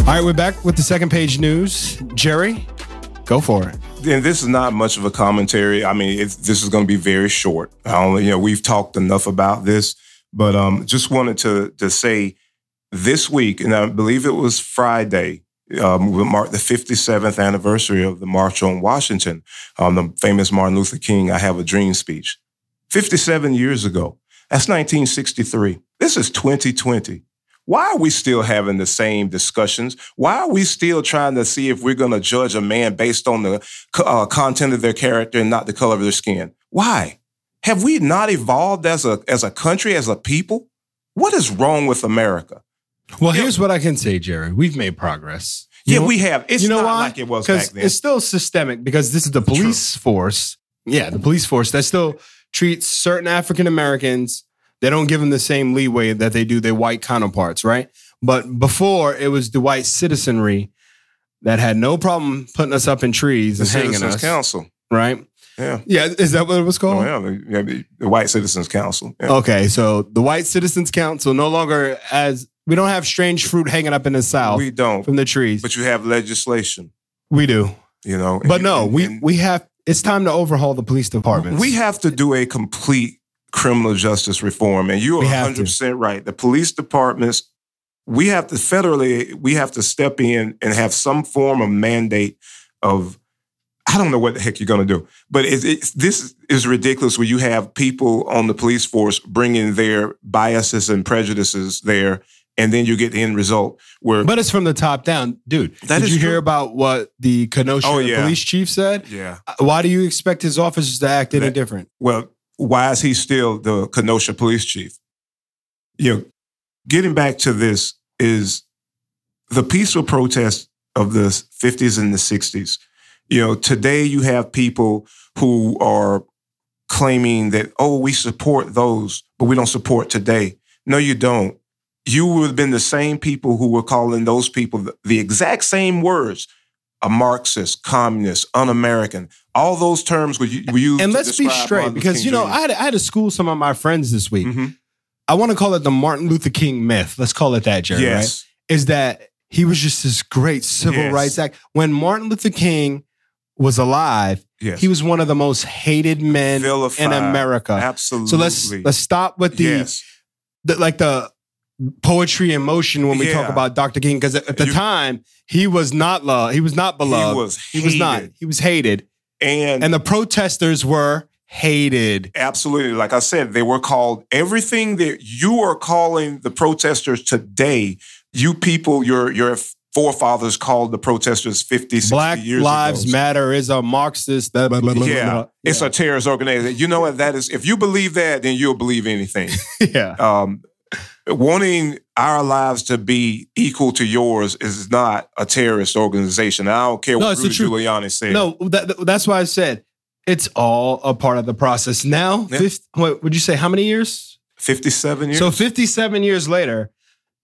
Speaker 2: All right, we're back with the second page news. Jerry, go for it.
Speaker 3: And this is not much of a commentary. I mean, it's, this is going to be very short. I only, you know, we've talked enough about this, but um, just wanted to to say this week, and I believe it was Friday, um, we marked the 57th anniversary of the March on Washington, um, the famous Martin Luther King "I Have a Dream" speech. 57 years ago. That's 1963. This is 2020. Why are we still having the same discussions? Why are we still trying to see if we're going to judge a man based on the co- uh, content of their character and not the color of their skin? Why? Have we not evolved as a as a country, as a people? What is wrong with America?
Speaker 2: Well,
Speaker 3: Yeah.
Speaker 2: here's what I can say, Jerry. We've made progress. You
Speaker 3: yeah,
Speaker 2: know-
Speaker 3: we have. It's
Speaker 2: you know
Speaker 3: not
Speaker 2: why?
Speaker 3: like it was back
Speaker 2: because
Speaker 3: then.
Speaker 2: it's still systemic. Because this is the
Speaker 3: True.
Speaker 2: police force. Yeah, the police force that still treats certain African Americans. They don't give them the same leeway that they do their white counterparts, right? But before it was the white citizenry that had no problem putting us up in trees
Speaker 3: The
Speaker 2: and hanging
Speaker 3: Citizens
Speaker 2: us,
Speaker 3: Council.
Speaker 2: right?
Speaker 3: Yeah.
Speaker 2: Yeah, is that what it was called?
Speaker 3: Oh, yeah, the- yeah, the, the White Citizens Council. Yeah.
Speaker 2: Okay, so the White Citizens Council no longer as we don't have strange fruit hanging up in the south
Speaker 3: we don't,
Speaker 2: from the trees.
Speaker 3: but you have legislation.
Speaker 2: we do.
Speaker 3: You know,
Speaker 2: But
Speaker 3: and-
Speaker 2: no,
Speaker 3: and-
Speaker 2: we
Speaker 3: and-
Speaker 2: we have. It's time to overhaul the police departments.
Speaker 3: We have to do a complete criminal justice reform. And you are
Speaker 2: We have
Speaker 3: 100% right. The police departments, we have to federally, we have to step in and have some form of mandate of, I don't know what the heck you're going to do, but it's, it's, this is ridiculous where you have people on the police force bringing their biases and prejudices there, and then you get the end result where,
Speaker 2: but it's from the top down, dude.
Speaker 3: That
Speaker 2: did
Speaker 3: is
Speaker 2: you hear
Speaker 3: true.
Speaker 2: about what the Kenosha
Speaker 3: Oh, yeah.
Speaker 2: police chief said?
Speaker 3: yeah.
Speaker 2: Why do you expect his officers to act any
Speaker 3: That-
Speaker 2: different?
Speaker 3: well, why is he still the Kenosha police chief? You know, getting back to this is the peaceful protest of the 50s and the 60s. You know, today you have people who are claiming that, oh, we support those, but we don't support today. No, you don't. You would have been the same people who were calling those people the, the exact same words a Marxist, communist, un American. All those terms were, u- were used.
Speaker 2: And
Speaker 3: to
Speaker 2: let's be
Speaker 3: describe
Speaker 2: straight,
Speaker 3: Martin
Speaker 2: because
Speaker 3: Luther
Speaker 2: you know,
Speaker 3: King
Speaker 2: I Mm-hmm. had, I had to school some of my friends this week.
Speaker 3: Jr. Mhm.
Speaker 2: I want to call it the Martin Luther King myth. Let's call it that, Jerry. Right?
Speaker 3: yes,
Speaker 2: is that he was just this great civil
Speaker 3: Yes.
Speaker 2: rights act. When Martin Luther King was alive,
Speaker 3: yes.
Speaker 2: he was one of the most hated men
Speaker 3: Vilified.
Speaker 2: in America.
Speaker 3: Absolutely.
Speaker 2: So let's let's stop with the,
Speaker 3: yes.
Speaker 2: the like the poetry in motion when we talk
Speaker 3: Yeah.
Speaker 2: about Dr. King because at, at the
Speaker 3: You-
Speaker 2: time he was not loved, he was not beloved,
Speaker 3: He was.
Speaker 2: he was not,
Speaker 3: hated.
Speaker 2: he was hated,
Speaker 3: And,
Speaker 2: and the protesters were hated.
Speaker 3: absolutely, like I said, they were called everything that you are calling the protesters today. You people, your your forefathers called the protesters 50, 60
Speaker 2: Black
Speaker 3: years
Speaker 2: Lives
Speaker 3: ago.
Speaker 2: Matter is a Marxist. blah, blah, blah, blah,
Speaker 3: Yeah,
Speaker 2: blah.
Speaker 3: it's a terrorist organization. You know what that is? If you believe that, then you'll believe anything.
Speaker 2: yeah.
Speaker 3: um, wanting our lives to be equal to yours is not a terrorist organization. I don't care
Speaker 2: No,
Speaker 3: what
Speaker 2: it's the
Speaker 3: Rudy
Speaker 2: truth.
Speaker 3: Giuliani said.
Speaker 2: No, that, that's why I said it's all a part of the process. Now,
Speaker 3: Yeah.
Speaker 2: fif- what would you say? How many years?
Speaker 3: 57 years.
Speaker 2: So 57 years later,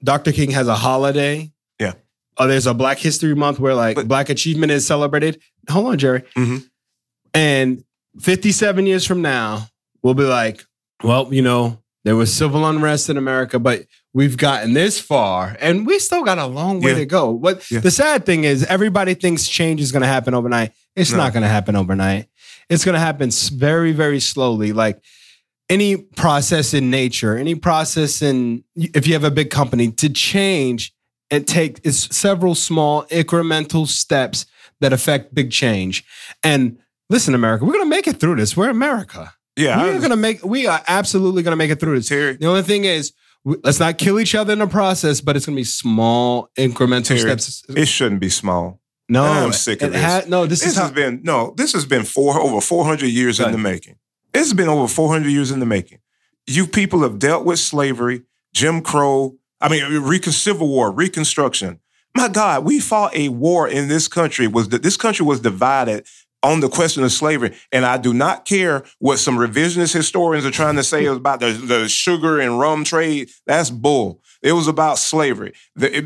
Speaker 2: Dr. King has a holiday.
Speaker 3: Yeah.
Speaker 2: Oh, there's a Black History Month where like
Speaker 3: But-
Speaker 2: Black achievement is celebrated. Hold on, Jerry.
Speaker 3: Mhm.
Speaker 2: And 57 years from now, we'll be like, well, you know, there was civil unrest in America, but we've gotten this far and we still got a long way
Speaker 3: Yeah.
Speaker 2: to go. What
Speaker 3: Yeah.
Speaker 2: the sad thing is, everybody thinks change is going to happen overnight. It's
Speaker 3: No.
Speaker 2: not going to happen overnight. It's going to happen s- very, very slowly. Like any process in nature, any process in, if you have a big company to change, it takes it's several small incremental steps that affect big change. And listen, America, we're going to make it through this. We're America.
Speaker 3: yeah, I
Speaker 2: We're going to make, we are absolutely going to make it through this.
Speaker 3: Terry,
Speaker 2: The only thing is, we, let's not kill each other in the process, but it's going to be small incremental
Speaker 3: Terry,
Speaker 2: steps.
Speaker 3: it shouldn't be small.
Speaker 2: No,
Speaker 3: I'm sick of
Speaker 2: it ha- no, this,
Speaker 3: This
Speaker 2: is how,
Speaker 3: has been no. This has been four over 400 years in
Speaker 2: Right.
Speaker 3: the making. It's been over 400 years in the making. You people have dealt with slavery, Jim Crow. I mean, Recon Civil War, Reconstruction. My God, we fought a war in this country. Was that this country was divided on the question of slavery? And I do not care what some revisionist historians are trying to say about the, the sugar and rum trade. That's bull. It was about slavery. The,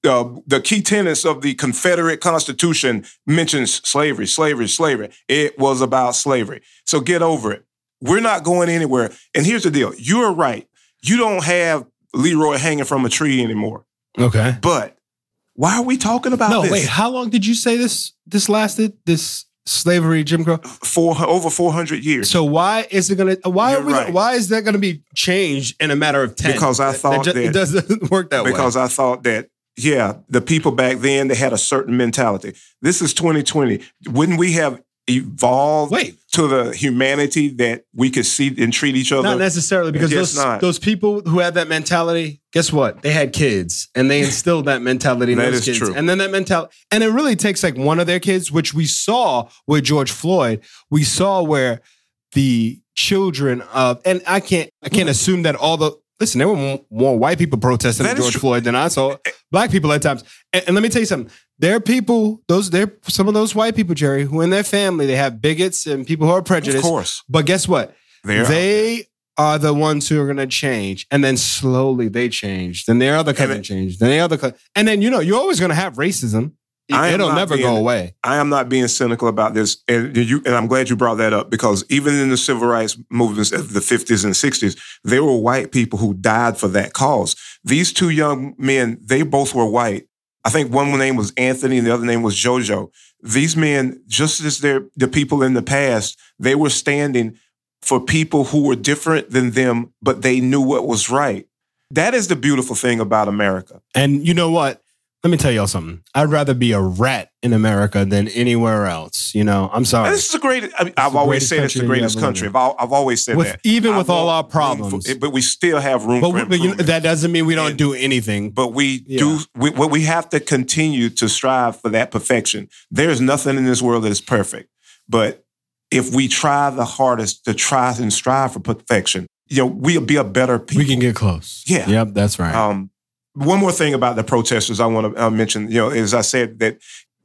Speaker 3: the, uh, the key tenets of the Confederate Constitution mentions slavery, slavery, slavery. It was about slavery. So get over it. We're not going anywhere. And here's the deal you're right. You don't have Leroy hanging from a tree anymore.
Speaker 2: okay.
Speaker 3: But why are we talking about
Speaker 2: No,
Speaker 3: this?
Speaker 2: wait. How long did you say this? This lasted this slavery, Jim Crow.
Speaker 3: Four, over 400 years.
Speaker 2: So why is it gonna? Why are
Speaker 3: You're
Speaker 2: we?
Speaker 3: right.
Speaker 2: Why is that gonna be changed in a matter of ten?
Speaker 3: Because I thought
Speaker 2: ju- it
Speaker 3: that-
Speaker 2: doesn't work that way.
Speaker 3: because I thought that yeah, the people back then they had a certain mentality. This is 2020. Wouldn't we have evolved
Speaker 2: Wait.
Speaker 3: to the humanity that we could see and treat each
Speaker 2: Not
Speaker 3: other?
Speaker 2: necessarily because
Speaker 3: guess
Speaker 2: those
Speaker 3: not.
Speaker 2: those people who had that mentality, guess what? They had kids and they instilled that mentality in
Speaker 3: That
Speaker 2: those
Speaker 3: is
Speaker 2: kids.
Speaker 3: true.
Speaker 2: And then that mentality and it really takes like one of their kids, which we saw with George Floyd. We saw where the children of and I can't I can't assume that all the listen, there were more, more white people protesting
Speaker 3: That is
Speaker 2: George
Speaker 3: true. Eh,
Speaker 2: Floyd than I saw black people at times. And, and let me tell you something. There are people, those there some of those white people, Jerry, who in their family they have bigots and people who are
Speaker 3: Of
Speaker 2: prejudiced.
Speaker 3: course,
Speaker 2: But guess what?
Speaker 3: They're-
Speaker 2: they are the ones who are going to change, and then slowly they change. Then their other cousin
Speaker 3: it-
Speaker 2: changed. Then their other cousin, and then you know you're always going to have racism.
Speaker 3: I am
Speaker 2: It'll
Speaker 3: not
Speaker 2: never go
Speaker 3: being-
Speaker 2: away.
Speaker 3: I am not being cynical about this, and you and I'm glad you brought that up because even in the civil rights movements of the 50s and 60s, there were white people who died for that cause. These two young men, they both were white. I think one name was Anthony and the other name was Jojo. These men, just as they're the people in the past, they were standing for people who were different than them, but they knew what was right. That is the beautiful thing about America.
Speaker 2: And you know what? Let me tell y'all something. I'd rather be a rat in America than anywhere else. You know, I'm
Speaker 3: And
Speaker 2: sorry.
Speaker 3: this is the greatest. I mean,
Speaker 2: It's
Speaker 3: I've
Speaker 2: the greatest
Speaker 3: always said it's
Speaker 2: country
Speaker 3: the
Speaker 2: you
Speaker 3: greatest
Speaker 2: ever lived
Speaker 3: country.
Speaker 2: in.
Speaker 3: I've, al- I've always said
Speaker 2: With
Speaker 3: that.
Speaker 2: even with
Speaker 3: I
Speaker 2: all our
Speaker 3: want room for- eh,
Speaker 2: problems,
Speaker 3: but we still have room
Speaker 2: but,
Speaker 3: for
Speaker 2: but you know,
Speaker 3: improvement.
Speaker 2: that doesn't mean we don't
Speaker 3: And-
Speaker 2: do anything.
Speaker 3: but we
Speaker 2: Yeah.
Speaker 3: do. We, what we have to continue to strive for that perfection. There is nothing in this world that is perfect, but if we try the hardest to try and strive for perfection, you know, we'll be a better people.
Speaker 2: we can get close.
Speaker 3: Yeah.
Speaker 2: Yep. That's right.
Speaker 3: Um, one more thing about the protesters I want to uh, mention, you know, is I said that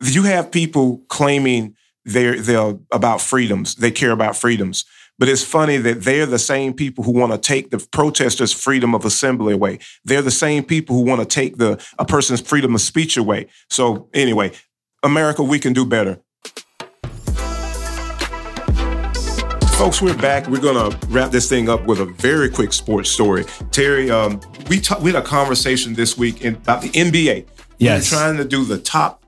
Speaker 3: you have people claiming they're, they're about freedoms, they care about freedoms. But it's funny that they're the same people who want to take the protesters' freedom of assembly away. They're the same people who want to take the a person's freedom of speech away. So anyway, America, we can do better. Folks, we're back. We're gonna wrap this thing up with a very quick sports story. Terry, um, we ta- we had a conversation this week in, about the NBA.
Speaker 2: Yes.
Speaker 3: we're trying to do the top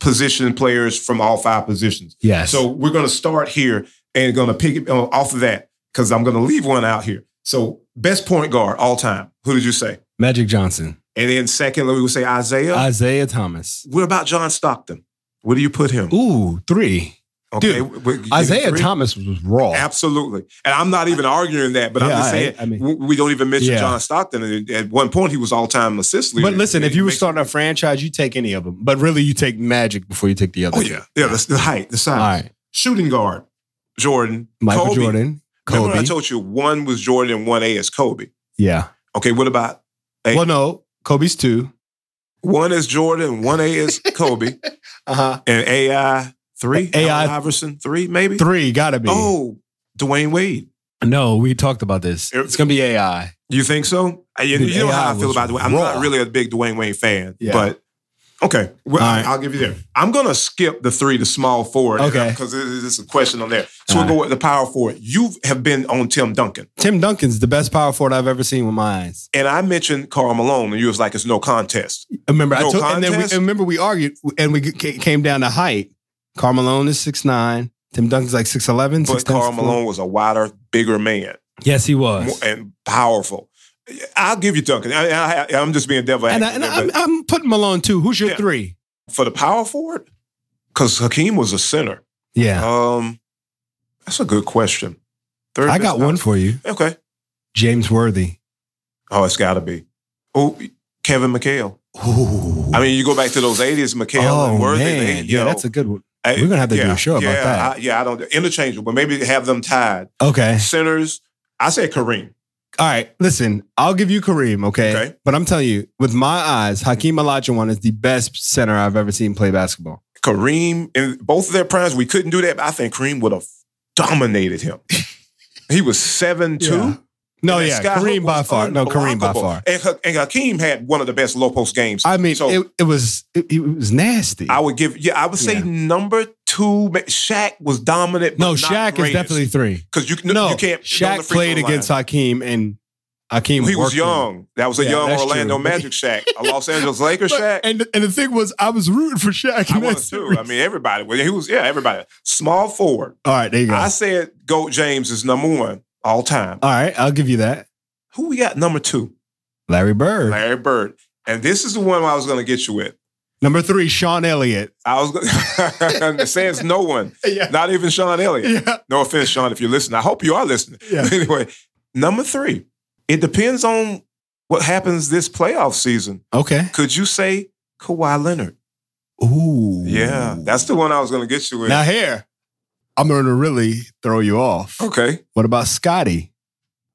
Speaker 3: position players from all five positions.
Speaker 2: Yes.
Speaker 3: So we're gonna start here and gonna pick it uh, off of that because I'm gonna leave one out here. So best point guard all time. Who did you say?
Speaker 2: Magic Johnson,
Speaker 3: And then secondly, we would say Isaiah.
Speaker 2: Isaiah Thomas.
Speaker 3: what about John Stockton? Where do you put him?
Speaker 2: Ooh, three.
Speaker 3: Okay,
Speaker 2: Dude,
Speaker 3: we- we get
Speaker 2: Isaiah
Speaker 3: three.
Speaker 2: Thomas was raw.
Speaker 3: Absolutely, and I'm not even arguing that, but I'm
Speaker 2: Yeah,
Speaker 3: just
Speaker 2: I-
Speaker 3: saying
Speaker 2: I mean-
Speaker 3: w- we don't even mention
Speaker 2: Yeah.
Speaker 3: John Stockton. and At one point, he was all time assist leader.
Speaker 2: But listen, if you were
Speaker 3: Makes-
Speaker 2: starting a franchise, you take any of them. But really, you take Magic before you take the other.
Speaker 3: oh
Speaker 2: two.
Speaker 3: yeah, yeah, that's the height, the
Speaker 2: All
Speaker 3: size,
Speaker 2: right.
Speaker 3: shooting guard, Jordan,
Speaker 2: Michael
Speaker 3: Kobe.
Speaker 2: Jordan,
Speaker 3: Remember
Speaker 2: Kobe.
Speaker 3: I told you one was Jordan and one A is Kobe.
Speaker 2: yeah.
Speaker 3: Okay, what about Hey.
Speaker 2: Well, no, Kobe's two.
Speaker 3: one is Jordan, one A is Kobe,
Speaker 2: Uh huh.
Speaker 3: and AI three,
Speaker 2: AI
Speaker 3: Allen Iverson three, maybe
Speaker 2: Three gotta be.
Speaker 3: Oh, Dwayne Wade.
Speaker 2: no, we talked about this.
Speaker 3: It-
Speaker 2: It's gonna be AI.
Speaker 3: You think so? I- You,
Speaker 2: Dude,
Speaker 3: you know
Speaker 2: AI
Speaker 3: how I feel
Speaker 2: was
Speaker 3: about Dwayne. I'm
Speaker 2: raw.
Speaker 3: not really a big Dwayne Wayne fan,
Speaker 2: Yeah.
Speaker 3: but okay. Well,
Speaker 2: All
Speaker 3: I,
Speaker 2: right.
Speaker 3: will give you that. I'm gonna skip the three to small forward.
Speaker 2: Okay.
Speaker 3: because there's a question on there. So
Speaker 2: All
Speaker 3: we'll go with the power forward. You have been on Tim Duncan,
Speaker 2: Tim Duncan's the best power forward I've ever seen with my eyes.
Speaker 3: and I mentioned Carl Malone, and you was like, "It's no contest."
Speaker 2: Remember, I
Speaker 3: No
Speaker 2: took, and then we,
Speaker 3: contest?
Speaker 2: and remember we argued, and we ca- came down to height. Karl Malone is six nine. Tim Duncan's like 6'11",
Speaker 3: But
Speaker 2: 6'10",
Speaker 3: Carl
Speaker 2: 6'11".
Speaker 3: Malone was a wider, bigger man,
Speaker 2: Yes, he was.
Speaker 3: more- and powerful. I'll give you Duncan. I, I, I'm just being devil
Speaker 2: and I,
Speaker 3: advocate
Speaker 2: and
Speaker 3: there,
Speaker 2: I'm,
Speaker 3: but
Speaker 2: I'm putting Malone too. Who's your
Speaker 3: Yeah.
Speaker 2: three?
Speaker 3: for the power forward, because Hakeem was a center.
Speaker 2: Yeah,
Speaker 3: Um, that's a good question. Third
Speaker 2: I
Speaker 3: best
Speaker 2: got one for you,
Speaker 3: Okay.
Speaker 2: James Worthy.
Speaker 3: Oh, it's got to be. Oh, Kevin McHale.
Speaker 2: Ooh.
Speaker 3: I mean, you go back to those eighties, McHale
Speaker 2: oh
Speaker 3: and Worthy.
Speaker 2: man,
Speaker 3: they- you
Speaker 2: yeah,
Speaker 3: know,
Speaker 2: that's a good one.
Speaker 3: I-
Speaker 2: we're gonna have to do a show about
Speaker 3: yeah,
Speaker 2: that.
Speaker 3: I, yeah, I don't interchangeable, but maybe have them tied.
Speaker 2: Okay,
Speaker 3: Centers. I said Kareem.
Speaker 2: all right. Listen, I'll give you Kareem, okay?
Speaker 3: Okay.
Speaker 2: But I'm telling you, with my eyes, Hakeem Olajuwon is the best center I've ever seen play basketball.
Speaker 3: Kareem in both of their primes, we couldn't do that. But I think Kareem would have dominated him. he was seven two.
Speaker 2: Yeah. No, yeah,
Speaker 3: Scott Hook
Speaker 2: Kareem by
Speaker 3: was
Speaker 2: far. No, Kareem by
Speaker 3: unblockable.
Speaker 2: far.
Speaker 3: And, Ha- and Hakeem had one of the best low post games.
Speaker 2: I mean,
Speaker 3: So-
Speaker 2: it, it was it, it was nasty.
Speaker 3: I would give. Yeah, I would say
Speaker 2: Yeah.
Speaker 3: number two. ma- Shaq was dominant.
Speaker 2: no, Shaq is definitely three.
Speaker 3: because you no,
Speaker 2: No,
Speaker 3: you can't. on the
Speaker 2: Shaq
Speaker 3: free
Speaker 2: played
Speaker 3: throw line.
Speaker 2: against Hakeem, and Hakeem
Speaker 3: He was
Speaker 2: worked him.
Speaker 3: young. That was a
Speaker 2: Yeah,
Speaker 3: young
Speaker 2: that's
Speaker 3: Orlando
Speaker 2: true.
Speaker 3: Magic Shaq, a Los Angeles Lakers
Speaker 2: But-
Speaker 3: Shaq.
Speaker 2: And and the thing was, I was rooting for Shaq.
Speaker 3: I
Speaker 2: in that
Speaker 3: was too.
Speaker 2: series.
Speaker 3: I mean, everybody. Well, he was. Yeah, everybody. Small forward.
Speaker 2: all right, there you go.
Speaker 3: I said Goat James is number one all time.
Speaker 2: all right, I'll give you that.
Speaker 3: Who we got number two?
Speaker 2: Larry Bird.
Speaker 3: Larry Bird. And this is the one I was going to get you with.
Speaker 2: Number three, Sean Elliott.
Speaker 3: I was going to say it's no one,
Speaker 2: Yeah,
Speaker 3: not even Sean Elliott.
Speaker 2: yeah,
Speaker 3: No offense, Sean, if you're listening. I hope you are listening.
Speaker 2: yeah.
Speaker 3: anyway, number three, it depends on what happens this playoff season.
Speaker 2: Okay.
Speaker 3: Could you say Kawhi Leonard?
Speaker 2: Ooh.
Speaker 3: Yeah, that's the one I was going to get you with.
Speaker 2: Now here, I'm going to really throw you off.
Speaker 3: okay,
Speaker 2: What about Scotty?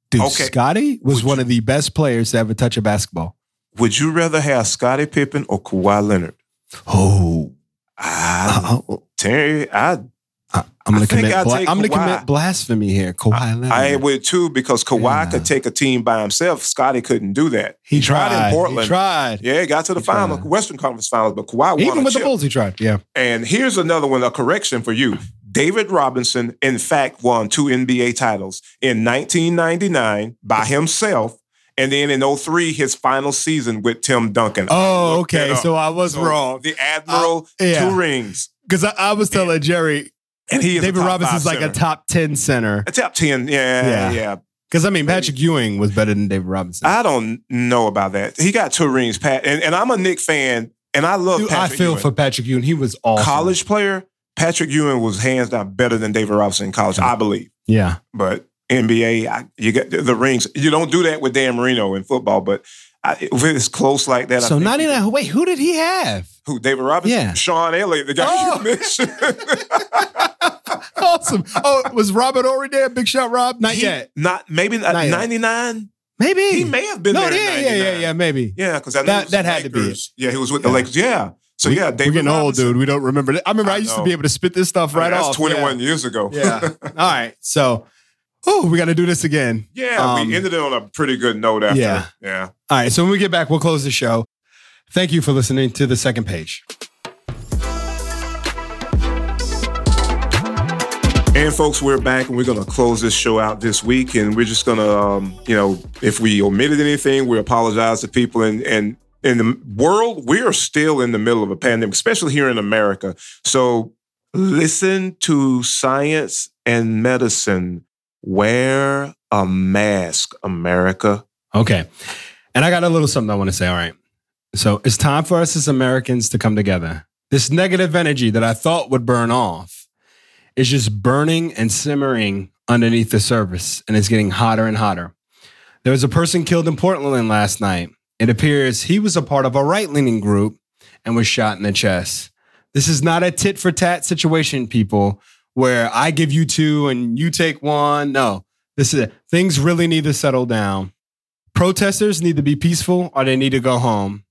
Speaker 2: Dude,
Speaker 3: Okay.
Speaker 2: Scotty was
Speaker 3: Would
Speaker 2: one of the best players to ever touch a basketball.
Speaker 3: would you rather have Scottie Pippen or Kawhi Leonard?
Speaker 2: Oh,
Speaker 3: I,
Speaker 2: I,
Speaker 3: Terry, I
Speaker 2: am
Speaker 3: I
Speaker 2: going to
Speaker 3: think
Speaker 2: commit.
Speaker 3: I'll
Speaker 2: bla- I'm
Speaker 3: take
Speaker 2: going to commit
Speaker 3: Kawhi.
Speaker 2: blasphemy here. Kawhi Leonard.
Speaker 3: I would too because Kawhi
Speaker 2: Yeah.
Speaker 3: could take a team by himself. Scottie couldn't do that.
Speaker 2: he tried
Speaker 3: in Portland.
Speaker 2: He tried.
Speaker 3: Yeah, he got to the
Speaker 2: He
Speaker 3: final,
Speaker 2: tried.
Speaker 3: Western Conference Finals, but Kawhi won
Speaker 2: Even
Speaker 3: a
Speaker 2: with the
Speaker 3: chip.
Speaker 2: Bulls, he tried. Yeah.
Speaker 3: And here's another one, a correction for you. David Robinson, in fact, won two NBA titles in 1999 by himself, and then in 03, his final season with Tim Duncan.
Speaker 2: Oh,
Speaker 3: Look that
Speaker 2: okay.
Speaker 3: up.
Speaker 2: So I was
Speaker 3: So,
Speaker 2: wrong
Speaker 3: The Admiral,
Speaker 2: yeah.
Speaker 3: two rings.
Speaker 2: because I, I was telling Jerry
Speaker 3: And he is
Speaker 2: David
Speaker 3: a top
Speaker 2: Robinson's
Speaker 3: five
Speaker 2: like a
Speaker 3: center.
Speaker 2: top ten center.
Speaker 3: A top 10. Yeah,
Speaker 2: Yeah.
Speaker 3: yeah,
Speaker 2: Because I mean, Patrick Ewing was better than David Robinson.
Speaker 3: I don't know about that. He got two rings, Pat. And, and I'm a Nick fan, and I love
Speaker 2: Dude, I
Speaker 3: Patrick
Speaker 2: feel
Speaker 3: Ewing.
Speaker 2: for Patrick Ewing. He was awesome.
Speaker 3: college player. Patrick Ewing was hands down better than David Robinson in college, I believe.
Speaker 2: Yeah.
Speaker 3: but NBA, I, you get the, the rings. You don't do that with Dan Marino in football, but I, if it's close like that, I
Speaker 2: So
Speaker 3: think
Speaker 2: ninety
Speaker 3: you-
Speaker 2: nine. Wait, who did he have?
Speaker 3: Who David Robinson?
Speaker 2: Yeah.
Speaker 3: Sean Elliott, the guy
Speaker 2: Oh.
Speaker 3: you mentioned.
Speaker 2: awesome. Oh, was Robert Ory there? Big shot, Rob. Not
Speaker 3: He-
Speaker 2: yet.
Speaker 3: Not maybe not
Speaker 2: Not yet.
Speaker 3: ninety nine.
Speaker 2: Maybe.
Speaker 3: He may have been
Speaker 2: no.
Speaker 3: there. in
Speaker 2: Yeah. Yeah. Yeah.
Speaker 3: 99.
Speaker 2: Yeah. Maybe.
Speaker 3: yeah. Because I know
Speaker 2: That-
Speaker 3: he was
Speaker 2: that
Speaker 3: the
Speaker 2: had to be it.
Speaker 3: Lakers. Yeah, he was with
Speaker 2: Yeah.
Speaker 3: the Lakers. Yeah. So yeah, David
Speaker 2: We're getting old,
Speaker 3: Robinson.
Speaker 2: dude. We don't remember. That. I remember. I,
Speaker 3: I
Speaker 2: used to
Speaker 3: know.
Speaker 2: be able to spit this stuff
Speaker 3: I mean,
Speaker 2: right
Speaker 3: that's
Speaker 2: off.
Speaker 3: twenty one years ago.
Speaker 2: Yeah. yeah. All right. So, oh, we got to do this again.
Speaker 3: yeah.
Speaker 2: Um,
Speaker 3: we ended it on a pretty good note after.
Speaker 2: Yeah.
Speaker 3: Yeah.
Speaker 2: All right. So when we get back, we'll close the show. Thank you for listening to the second page.
Speaker 3: And folks, we're back, and we're gonna close this show out this week, and we're just gonna, um, you know, if we omitted anything, we apologize to people. And and in the world, we are still in the middle of a pandemic, especially here in America. So listen to science and medicine. Wear a mask, America.
Speaker 2: Okay. And I got a little something I want to say. All right. So it's time for us as Americans to come together. This negative energy that I thought would burn off is just burning and simmering underneath the surface, and it's getting hotter and hotter. There was a person killed in Portland last night. It appears he was a part of a right leaning group and was shot in the chest. This is not a tit for tat situation, people, where I give you two and you take one. No, this is things really need to settle down. Protesters need to be peaceful or they need to go home.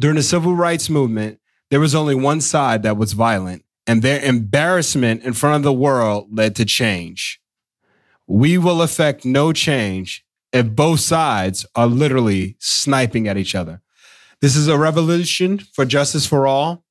Speaker 2: During the civil rights movement, there was only one side that was violent, and their embarrassment in front of the world led to change. We will effect no change if both sides are literally sniping at each other. This is a revolution for justice for all,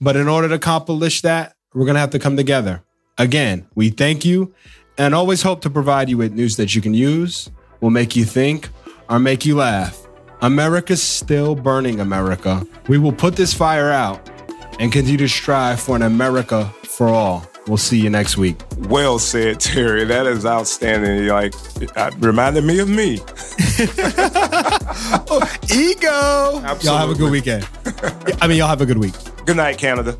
Speaker 2: but in order to accomplish that, we're going to have to come together. Again, we thank you and always hope to provide you with news that you can use, will make you think, or make you laugh. America's still burning, America. We will put this fire out and continue to strive for an America for all. We'll see you next week.
Speaker 3: Well said, Terry. That is outstanding. Like, it uh, reminded me of me.
Speaker 2: Ego. Y'all have a
Speaker 3: Absolutely.
Speaker 2: good weekend. I mean, y'all have a good week.
Speaker 3: Good night, Canada.